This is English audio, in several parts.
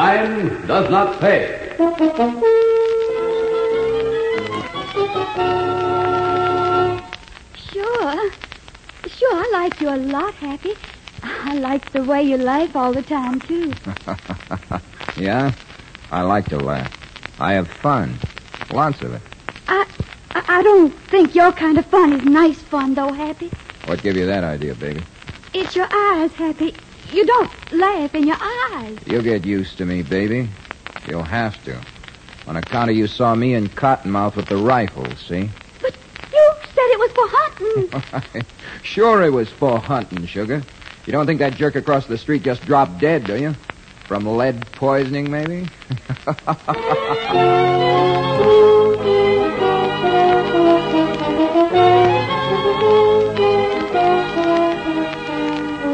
Crime does not pay. Sure. Sure, I like you a lot, Happy. I like the way you laugh all the time, too. Yeah? I like to laugh. I have fun. Lots of it. I, I I don't think your kind of fun is nice fun, though, Happy. What gave you that idea, baby? It's your eyes, Happy. You don't laugh in your eyes. You'll get used to me, baby. You'll have to. On account of you saw me in Cottonmouth with the rifle, see? But you said it was for hunting. sure it was for hunting, sugar. You don't think that jerk across the street just dropped dead, do you? From lead poisoning, maybe?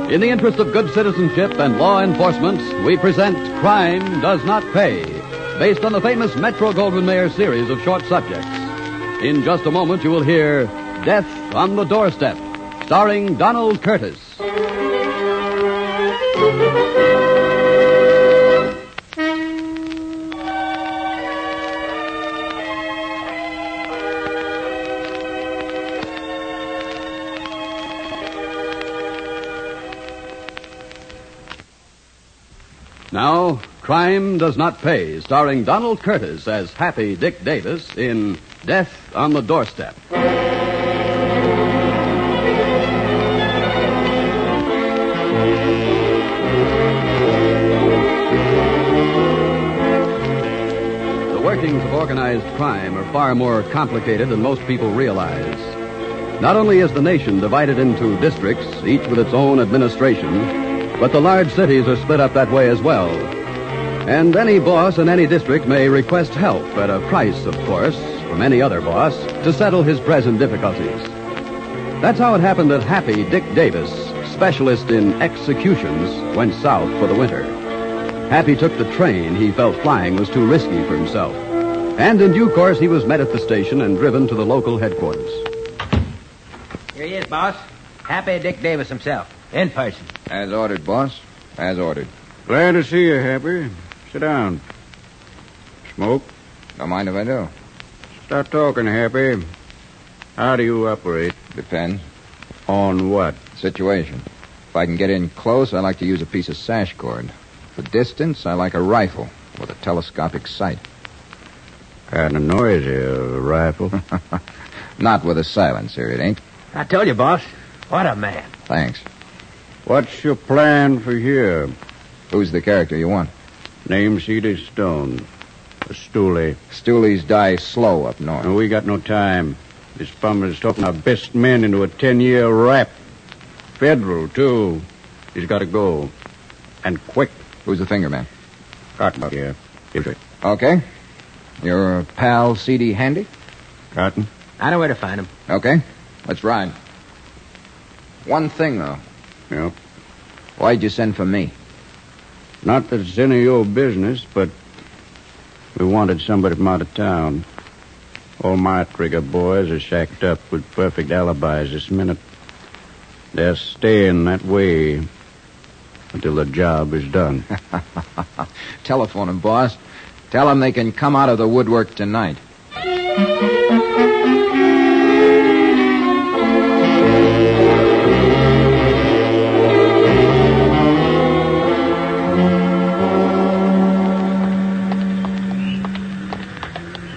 In the interest of good citizenship and law enforcement, we present Crime Does Not Pay, based on the famous Metro Goldwyn Mayer series of short subjects. In just a moment, you will hear Death on the Doorstep, starring Donald Curtis. Now, Crime Does Not Pay, starring Donald Curtis as Happy Dick Davis in Death on the Doorstep. The workings of organized crime are far more complicated than most people realize. Not only is the nation divided into districts, each with its own administration, but the large cities are split up that way as well. And any boss in any district may request help at a price, of course, from any other boss to settle his present difficulties. That's how it happened that Happy Dick Davis, specialist in executions, went south for the winter. Happy took the train. He felt flying was too risky for himself. And in due course, he was met at the station and driven to the local headquarters. Here he is, boss. Happy Dick Davis himself, in person. As ordered, boss. As ordered. Glad to see you, Happy. Sit down. Smoke? Don't mind if I do. Stop talking, Happy. How do you operate? Depends. On what? Situation. If I can get in close, I like to use a piece of sash cord. For distance, I like a rifle with a telescopic sight. Kind of noisy, a rifle. Not with a silencer, it ain't. I told you, boss. What a man. Thanks. What's your plan for here? Who's the character you want? Name Cedar Stone. A stoolie. Stoolies die slow up north. And we got no time. This bummer's talking our best men into a ten-year rap. Federal, too. He's got to go. And quick. Who's the finger man? Cotton up here. Give it. Okay. Your pal C.D. Handy? Cotton? I know where to find him. Okay. Let's ride. One thing, though. Yep. Why'd you send for me? Not that it's any of your business, but we wanted somebody from out of town. All my trigger boys are shacked up with perfect alibis this minute. They're staying that way until the job is done. Telephone him, boss. Tell him they can come out of the woodwork tonight.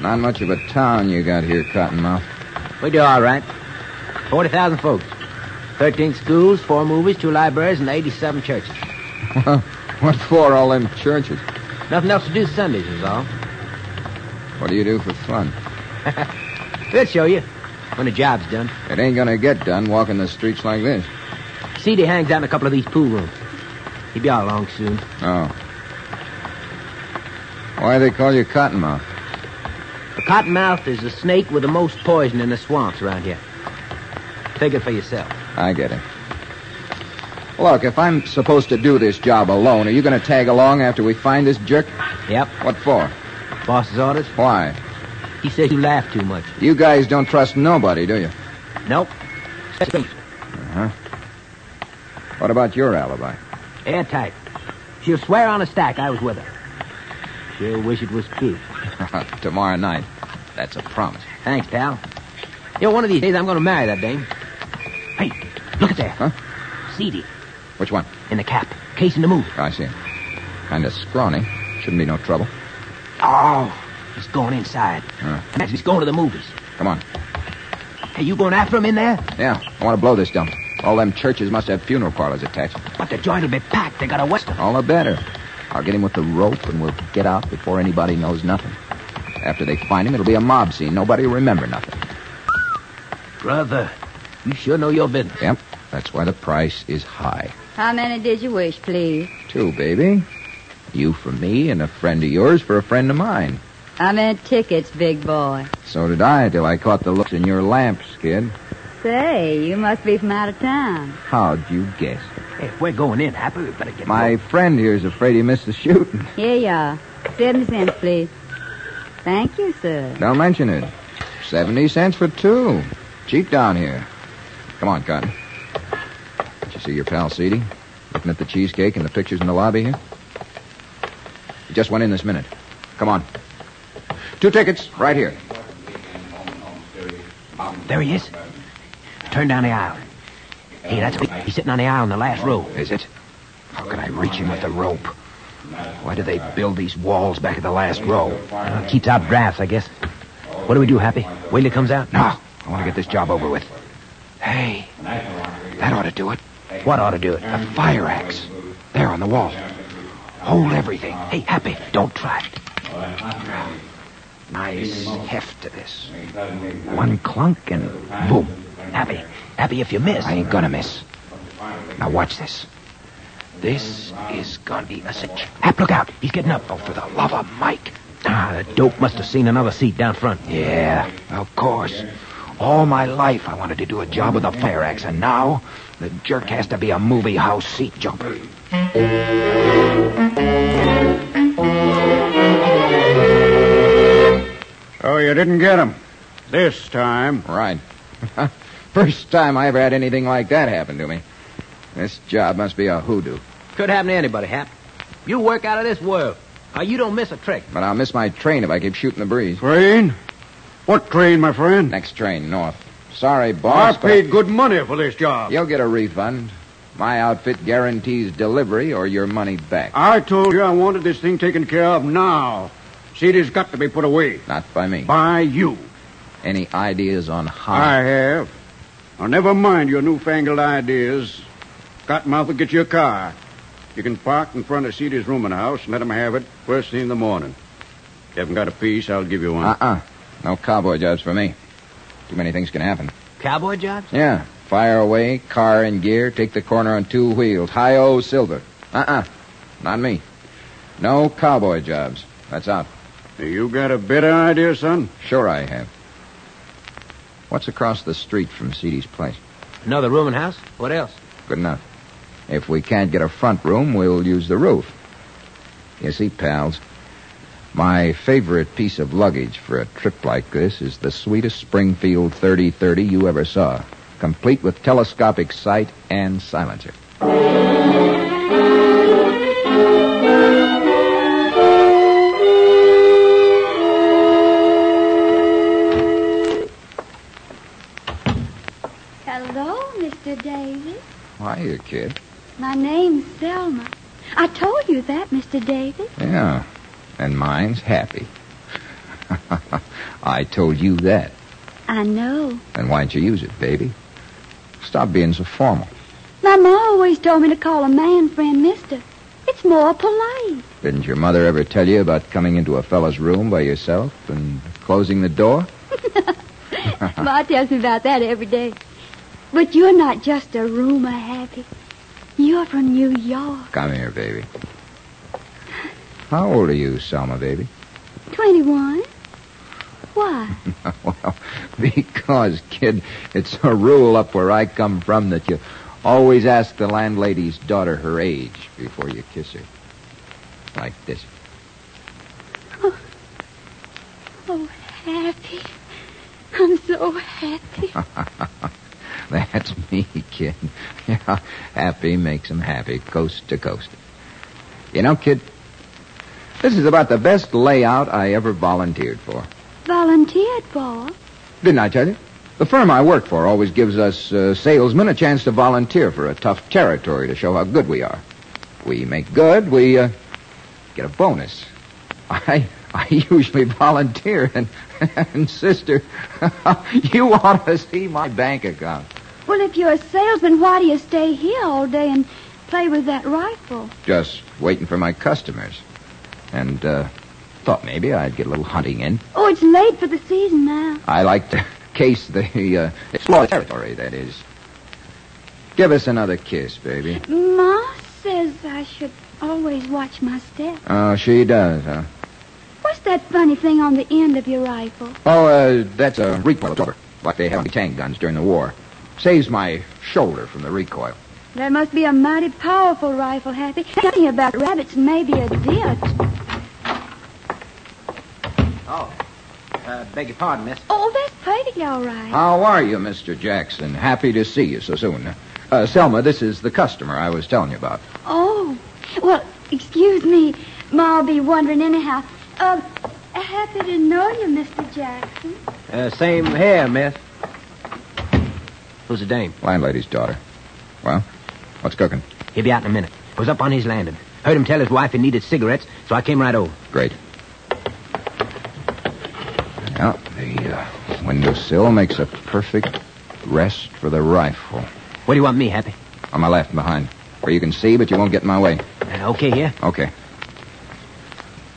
Not much of a town you got here, Cottonmouth. We do all right. 40,000 folks. 13 schools, four movies, two libraries, and 87 churches. what for all them churches? Nothing else to do Sundays is all. What do you do for fun? They'll show you when the job's done. It ain't gonna get done walking the streets like this. Seedy hangs out in a couple of these pool rooms. He'll be all along soon. Oh. Why they call you Cottonmouth? A cottonmouth is the snake with the most poison in the swamps around here. Take it for yourself. I get it. Look, if I'm supposed to do this job alone, are you gonna tag along after we find this jerk? Yep, What for? boss's orders. Why? He says you laugh too much. You guys don't trust nobody, do you? Nope. What about your alibi? Airtight. She'll swear on a stack I was with her. Sure wish it was true. Tomorrow night. That's a promise. Thanks, pal. You know, one of these days I'm going to marry that dame. Hey, look at there. Huh? Seedy Which one? in the cap, casing the move. I see him. Kind of scrawny. Shouldn't be no trouble. Oh, he's going inside. Huh. Imagine he's going to the movies. Come on. Hey, you going after him in there? Yeah, I want to blow this dump. All them churches must have funeral parlors attached. But the joint will be packed. They got a western. All the better. I'll get him with the rope, and we'll get out before anybody knows nothing. After they find him, it'll be a mob scene. Nobody will remember nothing. Brother, you sure know your business. Yep, that's why the price is high. How many did you wish, please? Two, baby. You for me, and a friend of yours for a friend of mine. How many tickets, big boy? So did I till I caught the looks in your lamps, kid. Say, you must be from out of town. How'd you guess? Hey, if we're going in, Happy, we better get My friend here's afraid he missed the shooting. Here you are. Seventy cents, please. Thank you, sir. Don't mention it. Seventy cents for two. Cheap down here. Come on, Cotton. Did you see your pal Seedy? Looking at the cheesecake and the pictures in the lobby here? He just went in this minute. Come on. Two tickets, right here. There he is. Turn down the aisle. Hey, that's he's sitting on the aisle in the last row. Is it? How can I reach him with the rope? Why do they build these walls back at the last row? Uh, keeps out drafts, I guess. What do we do, Happy? Wait till he comes out? No, I want to get this job over with. Hey, that ought to do it. What ought to do it? The fire axe. There on the wall. Hold everything. Hey, Happy, don't try it. Nice heft to this. One clunk and boom. Happy, Happy, if you miss. I ain't gonna miss. Now watch this. This is gonna be a cinch. Hap, look out. He's getting up. Oh, for the love of Mike. Ah, the dope must have seen another seat down front. Yeah, of course. All my life I wanted to do a job with a fire axe, and now the jerk has to be a movie house seat jumper. Oh, you didn't get him. This time. Right. First time I ever had anything like that happen to me. This job must be a hoodoo. Could happen to anybody, Hap. You work out of this world. Now, you don't miss a trick. But I'll miss my train if I keep shooting the breeze. Train? What train, my friend? Next train, north. Sorry, I boss. but paid good money for this job. You'll get a refund. My outfit guarantees delivery or your money back. I told you I wanted this thing taken care of now. Cedar's got to be put away. Not by me. By you. Any ideas on how? I have. Now, never mind your newfangled ideas. Cottonmouth will get you a car. You can park in front of Cedar's rooming house and let him have it first thing in the morning. If you haven't got a piece, I'll give you one. Uh-uh. No cowboy jobs for me. Too many things can happen. Cowboy jobs? Yeah. Fire away, car in gear, take the corner on two wheels. Hi-oh, silver. Uh-uh. Not me. No cowboy jobs. That's out. You got a better idea, son? Sure I have. What's across the street from Cedy's place? Another rooming house? What else? Good enough. If we can't get a front room, we'll use the roof. You see, pals, my favorite piece of luggage for a trip like this is the sweetest Springfield 3030 you ever saw, complete with telescopic sight and silencer. Hello, Mr. Davis. Why, you kid? My name's Selma. I told you that, Mr. Davis. Yeah. And mine's happy. I told you that. I know. Then why'd you use it, baby? Stop being so formal. My ma always told me to call a man friend Mister. It's more polite. Didn't your mother ever tell you about coming into a fellow's room by yourself and closing the door? ma tells me about that every day. But you're not just a rumor, Happy. You're from New York. Come here, baby. How old are you, Selma, baby? 21. Why? well, because, kid, it's a rule up where I come from that you always ask the landlady's daughter her age before you kiss her. Like this. Oh, Happy. I'm so happy. That's me, kid. Yeah, happy makes 'em happy, coast to coast. You know, kid, This is about the best layout I ever volunteered for. Volunteered for? Didn't I tell you? The firm I work for always gives us uh, salesmen a chance to volunteer for a tough territory to show how good we are. We make good, we uh, get a bonus. I I usually volunteer, and, and sister, you ought to see my bank account. Well, if you're a salesman, why do you stay here all day and play with that rifle? Just waiting for my customers, and uh, thought maybe I'd get a little hunting in. Oh, it's late for the season now. I like to case the uh, explored territory, that is. Give us another kiss, baby. Ma says I should always watch my step. Oh, she does, huh? What's that funny thing on the end of your rifle? Oh, uh, that's a recoil over, like they have on tank guns during the war. Saves my shoulder from the recoil. That must be a mighty powerful rifle, Happy. Thinking about rabbits, maybe a deer. Oh. Uh, beg your pardon, miss. Oh, that's perfectly all right. How are you, Mr. Jackson? Happy to see you so soon. Uh, Selma, this is the customer I was telling you about. Oh, well, excuse me. Ma'll be wondering anyhow. Um, happy to know you, Mr. Jackson. Uh, same here, miss. Who's the dame? Landlady's daughter. Well, what's cooking? He'll be out in a minute. Was up on his landing. Heard him tell his wife he needed cigarettes, so I came right over. Great. Well, the uh, windowsill makes a perfect rest for the rifle. Where do you want me, Happy? On my left and behind, where you can see, but you won't get in my way. Uh, okay, here. Okay.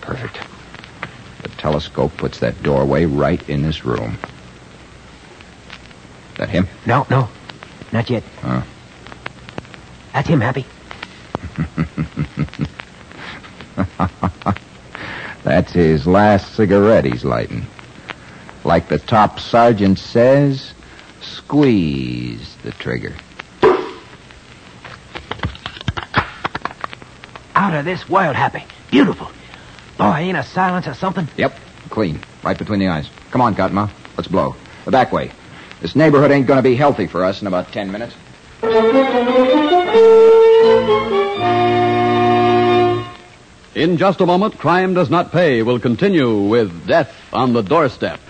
Perfect. The telescope puts that doorway right in this room. That him? No, no. Not yet. Oh. That's him, Happy. That's his last cigarette he's lighting. Like the top sergeant says, squeeze the trigger. Out of this world, Happy. Beautiful. Boy, ain't a silence or something? Yep, clean. Right between the eyes. Come on, Cottonmouth. Let's blow. The back way. This neighborhood ain't gonna be healthy for us in about ten minutes. In just a moment, Crime Does Not Pay will continue with Death on the Doorstep.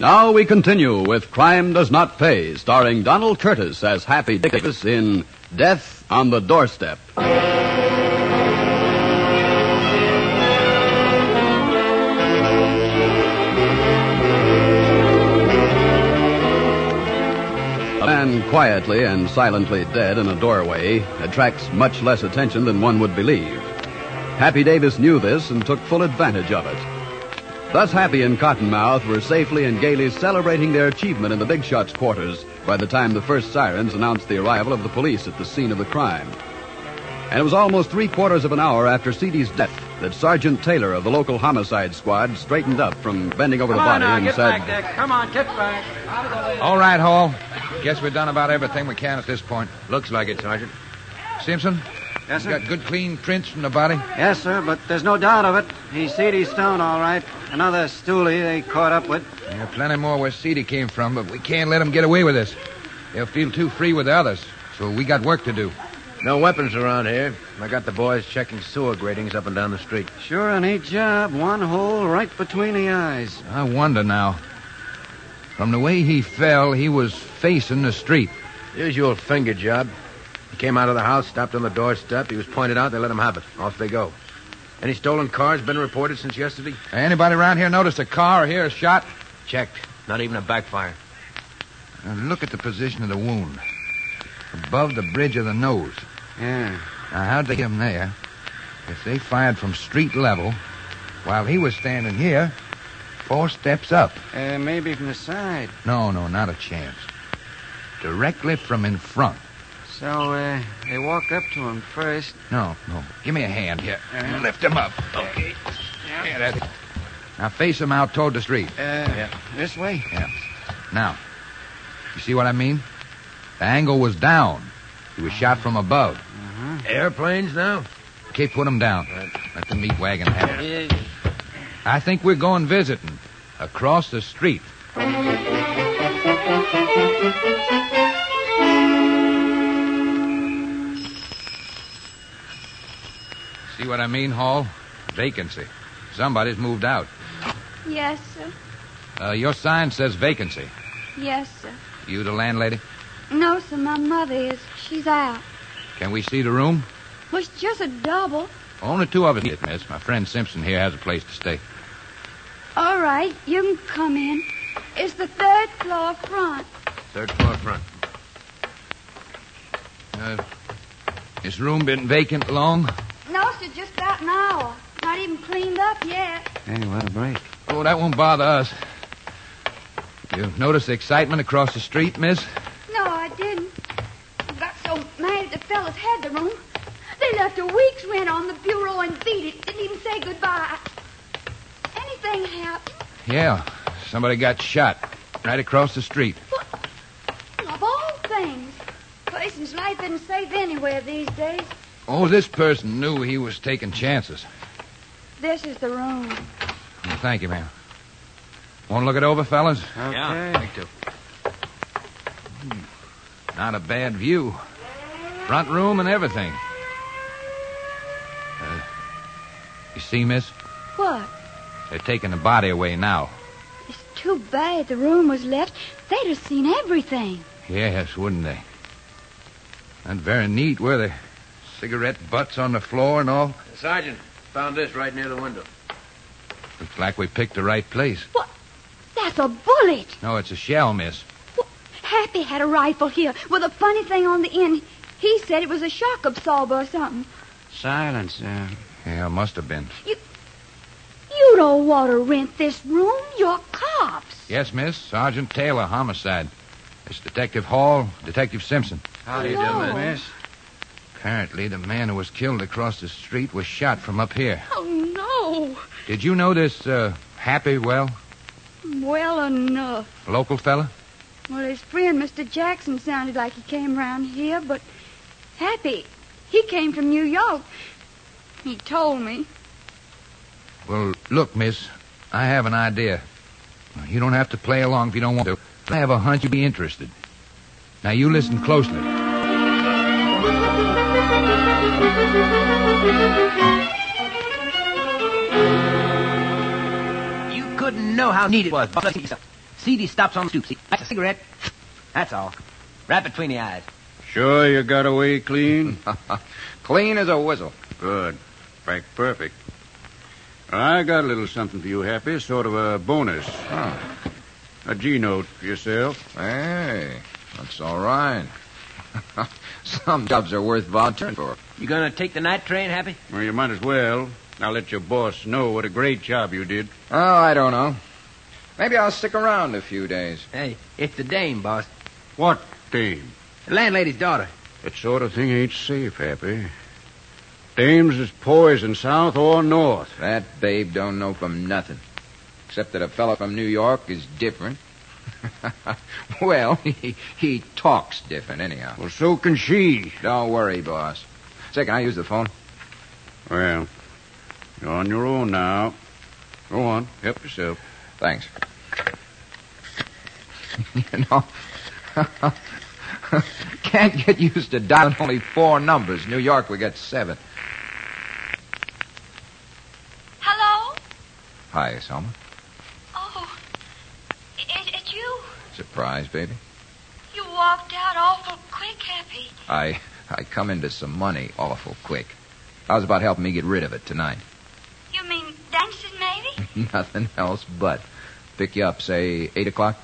Now we continue with Crime Does Not Pay, starring Donald Curtis as Happy Davis in Death on the Doorstep. A man quietly and silently dead in a doorway attracts much less attention than one would believe. Happy Davis knew this and took full advantage of it. Thus, Happy and Cottonmouth were safely and gaily celebrating their achievement in the Big Shots quarters by the time the first sirens announced the arrival of the police at the scene of the crime. And it was almost three quarters of an hour after Seedy's death that Sergeant Taylor of the local homicide squad straightened up from bending over the uh, body and said, Come on, get back. Out of the way. All right, Hall. Guess we've done about everything we can at this point. Looks like it, Sergeant. Simpson? Oh, Yes, you sir. Got good, clean prints from the body? Yes, sir, but there's no doubt of it. He's C.D. Stone, all right. Another stoolie they caught up with. Yeah, plenty more where Seedy came from, but we can't let them get away with this. They'll feel too free with the others, so we got work to do. No weapons around here. I got the boys checking sewer gratings up and down the street. Sure, a neat job. One hole right between the eyes. I wonder now. From the way he fell, he was facing the street. Usual finger job. He came out of the house, stopped on the doorstep. He was pointed out. They let him have it. Off they go. Any stolen cars been reported since yesterday? Anybody around here notice a car or hear a shot? Checked. Not even a backfire. Now look at the position of the wound. Above the bridge of the nose. Yeah. Now, how'd they get him there? If they fired from street level, while he was standing here, four steps up. Uh, maybe from the side. No, no, not a chance. Directly from in front. So uh, they walked up to him first. No, no. Give me a hand here. Lift him up. Okay. Yeah, that's it. Now face him out toward the street. Uh, This way? Yeah. Now, you see what I mean? The angle was down. He was shot from above. Uh-huh. Airplanes now? Kate, put 'em down. Let the meat wagon have it. I think we're going visiting across the street. See what I mean, Hall? Vacancy. Somebody's moved out. Yes, sir. Uh, your sign says vacancy. Yes, sir. You the landlady? No, sir, my mother is. She's out. Can we see the room? Well, it's just a double. Only two of us need it, miss. My friend Simpson here has a place to stay. All right, you can come in. It's the third floor front. Third floor front. Uh, this room been vacant long? No, sir, just about an hour. Not even cleaned up yet. Hey, what a break. Oh, that won't bother us. You notice the excitement across the street, miss? No, I didn't. I got so mad at the fellas had the room. They left a week's rent on the bureau and beat it. Didn't even say goodbye. Anything happened? Yeah. Somebody got shot right across the street. Of all things. Person's life isn't safe anywhere these days. Oh, this person knew he was taking chances. This is the room. Well, thank you, ma'am. Want to look it over, fellas? Okay. Yeah, take two. Hmm. Not a bad view. Front room and everything. Uh, you see, miss? What? They're taking the body away now. It's too bad the room was left. They'd have seen everything. Yes, wouldn't they? Not very neat, were they? Cigarette butts on the floor and all. Sergeant, found this right near the window. Looks like we picked the right place. That's a bullet. No, it's a shell, miss. Happy had a rifle here with a funny thing on the end. He said it was a shock absorber or something. Silence. Uh, Yeah, must have been. You don't want to rent this room. You're cops. Yes, miss. Sergeant Taylor, homicide. It's Detective Hall, Detective Simpson. How do you Hello. do, miss? Apparently, the man who was killed across the street was shot from up here. Oh, Did you know this, uh, Happy Well, no. Well enough. local fella? Well, his friend, Mr. Jackson, sounded like he came round here, but Happy, he came from New York. He told me. Well, look, miss, I have an idea. You don't have to play along if you don't want to. I have a hunch you'd be interested. Now, you listen closely. You couldn't know how neat it was. CD stops on the stoop. See, lights a cigarette. That's all. Right between the eyes. sure you got away clean? Clean as a whistle. Good. Back perfect. I got a little something for you, Happy. Sort of a bonus. Huh. A G note for yourself. Hey, that's all right. Some jobs are worth volunteering for. You gonna take the night train, Happy? Well, you might as well. I'll let your boss know what a great job you did. Oh, I don't know. Maybe I'll stick around a few days. Hey, it's the dame, boss. What, Dame? The landlady's daughter. That sort of thing ain't safe, Happy. Dames is poison, south or north. That babe don't know from nothing. Except that a fellow from New York is different. well, he, he talks different, anyhow. Well, so can she. Don't worry, boss. Say, can I use the phone? Well, you're on your own now. Go on, help yourself. Thanks. you know, can't get used to dialing only four numbers. New York, we get seven. Hello? Hi, Selma. Oh, it, it's you. Surprise, baby. You walked out awful quick, Happy. I I come into some money awful quick. How's about helping me get rid of it tonight? You mean dancing, maybe? Nothing else but pick you up, say eight o'clock.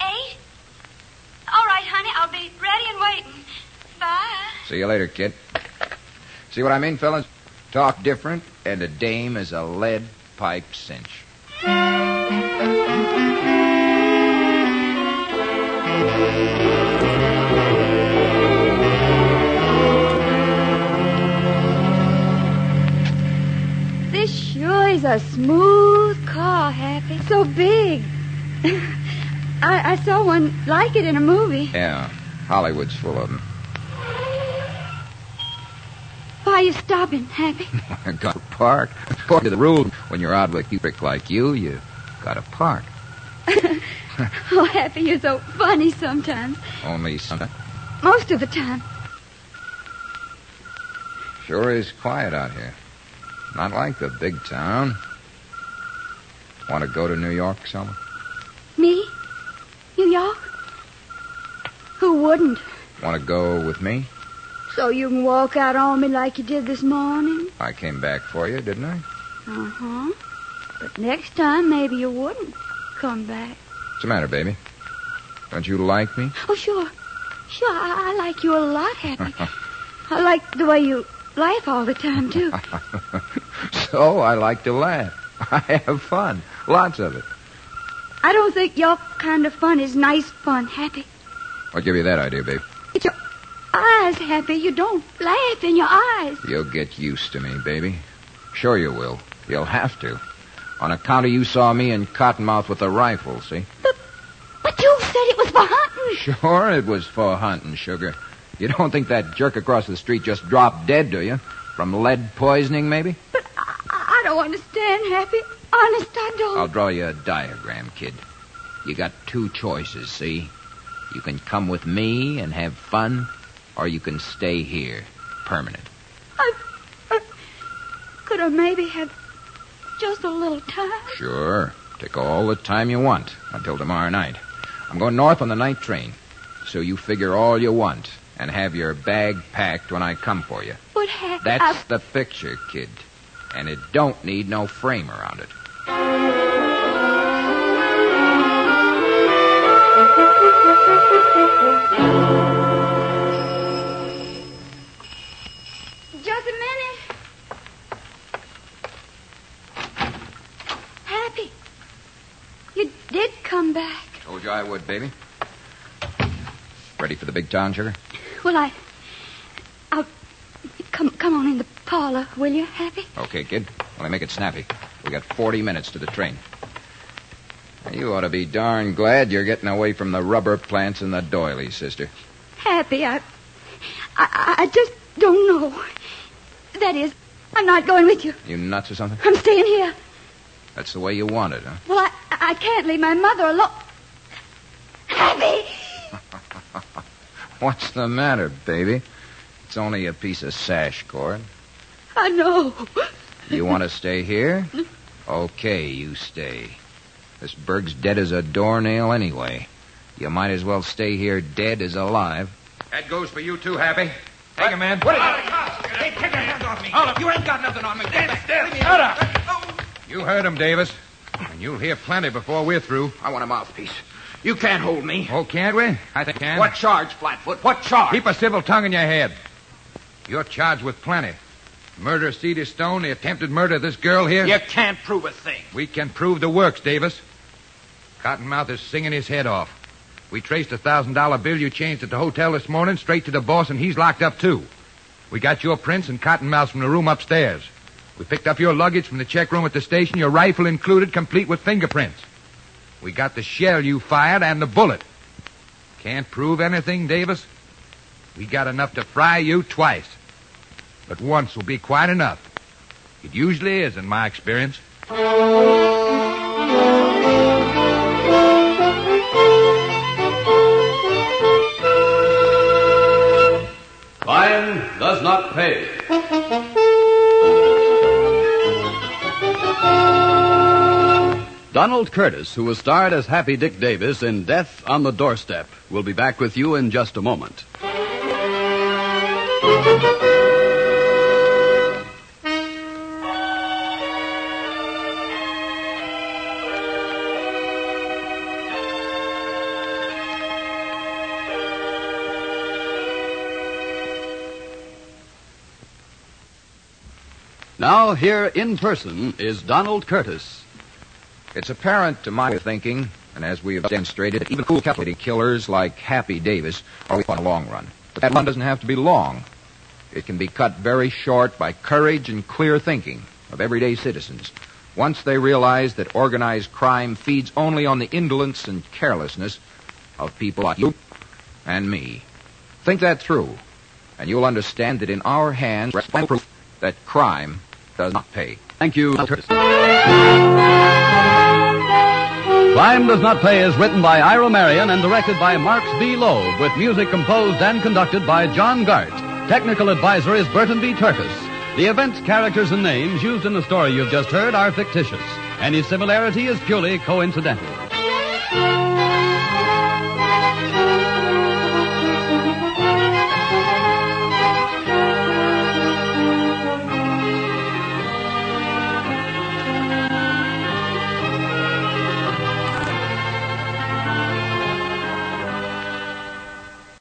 Eight? Eh? All right, honey, I'll be ready and waiting. Bye. See you later, kid. See what I mean, fellas? Talk different, and a dame is a lead pipe cinch. This sure is a smooth car, Happy. So big. I, I saw one like it in a movie. Yeah, Hollywood's full of them. Why are you stopping, Happy? gotta park. According to the rules, when you're out with a prick like you, you gotta park. Oh, Happy, you're so funny sometimes. Only something Most of the time. sure is quiet out here. Not like the big town. Want to go to New York, Selma? Me? New York? Who wouldn't? Want to go with me? So you can walk out on me like you did this morning? I came back for you, didn't I? Uh huh. But next time, maybe you wouldn't come back. What's the matter, baby? Don't you like me? Oh, sure. Sure, I, I like you a lot, Happy. I like the way you laugh all the time, too. so I like to laugh. I have fun. Lots of it. I don't think your kind of fun is nice fun, Happy. I'll give you that idea, babe. It's your eyes, Happy. You don't laugh in your eyes. You'll get used to me, baby. Sure you will. You'll have to. On account of you saw me in Cottonmouth with a rifle, see? But you said it was for hunting. Sure, it was for hunting, sugar. You don't think that jerk across the street just dropped dead, do you? From lead poisoning, maybe? But I, I don't understand, Happy. Honest, I don't. I'll draw you a diagram, kid. You got two choices, see? You can come with me and have fun, or you can stay here, permanent. Could I maybe have just a little time? Sure. Take all the time you want until tomorrow night. I'm going north on the night train, so you figure all you want and have your bag packed when I come for you. What happened? That's the picture, kid. And it don't need no frame around it. Just a minute. Happy. You did come back. Told you I would, baby. Ready for the big town, sugar? Well, I. I'll. Come, come on in the parlor, will you, Happy? Okay, kid. Let me make it snappy. We got 40 minutes to the train. Now, You ought to be darn glad you're getting away from the rubber plants and the doilies, sister. Happy, I. I, I just don't know. That is, I'm not going with you. You nuts or something? I'm staying here. That's the way you want it, huh? Well, I, I can't leave my mother alone. Happy! What's the matter, baby? It's only a piece of sash cord. I know. You want to stay here? Okay, you stay. This Berg's dead as a doornail anyway. You might as well stay here dead as alive. That goes for you too, Happy. Take him in. What is Hey, take your hands off me. You ain't got nothing on me. Stand still. Shut up. You heard him, Davis. And you'll hear plenty before we're through. I want a mouthpiece. You can't hold me. Oh, can't we? I think can. What charge, Flatfoot? What charge? Keep a civil tongue in your head. You're charged with plenty. Murder of Cedar Stone, the attempted murder of this girl here. You can't prove a thing. We can prove the works, Davis. Cottonmouth is singing his head off. We traced a thousand dollar bill you changed at the hotel this morning straight to the boss, and he's locked up too. We got your prints and Cottonmouth's from the room upstairs. We picked up your luggage from the check room at the station, your rifle included, complete with fingerprints. We got the shell you fired and the bullet. Can't prove anything, Davis. We got enough to fry you twice. But once will be quite enough. It usually is, in my experience. Fine does not pay. Donald Curtis, who was starred as Happy Dick Davis in Death on the Doorstep, will be back with you in just a moment. Now, here in person is Donald Curtis. It's apparent to my thinking, and as we have demonstrated, that even cool calculating killers like Happy Davis are on a long run. But that run doesn't have to be long. It can be cut very short by courage and clear thinking of everyday citizens. Once they realize that organized crime feeds only on the indolence and carelessness of people like you and me. Think that through. And you'll understand that in our hands, rests proof that crime does not pay. Thank you. Crime Does Not Pay is written by Ira Marion and directed by Marks B. Loeb, with music composed and conducted by John Gart. Technical advisor is Burton B. Turkis. The events, characters, and names used in the story you've just heard are fictitious. Any similarity is purely coincidental.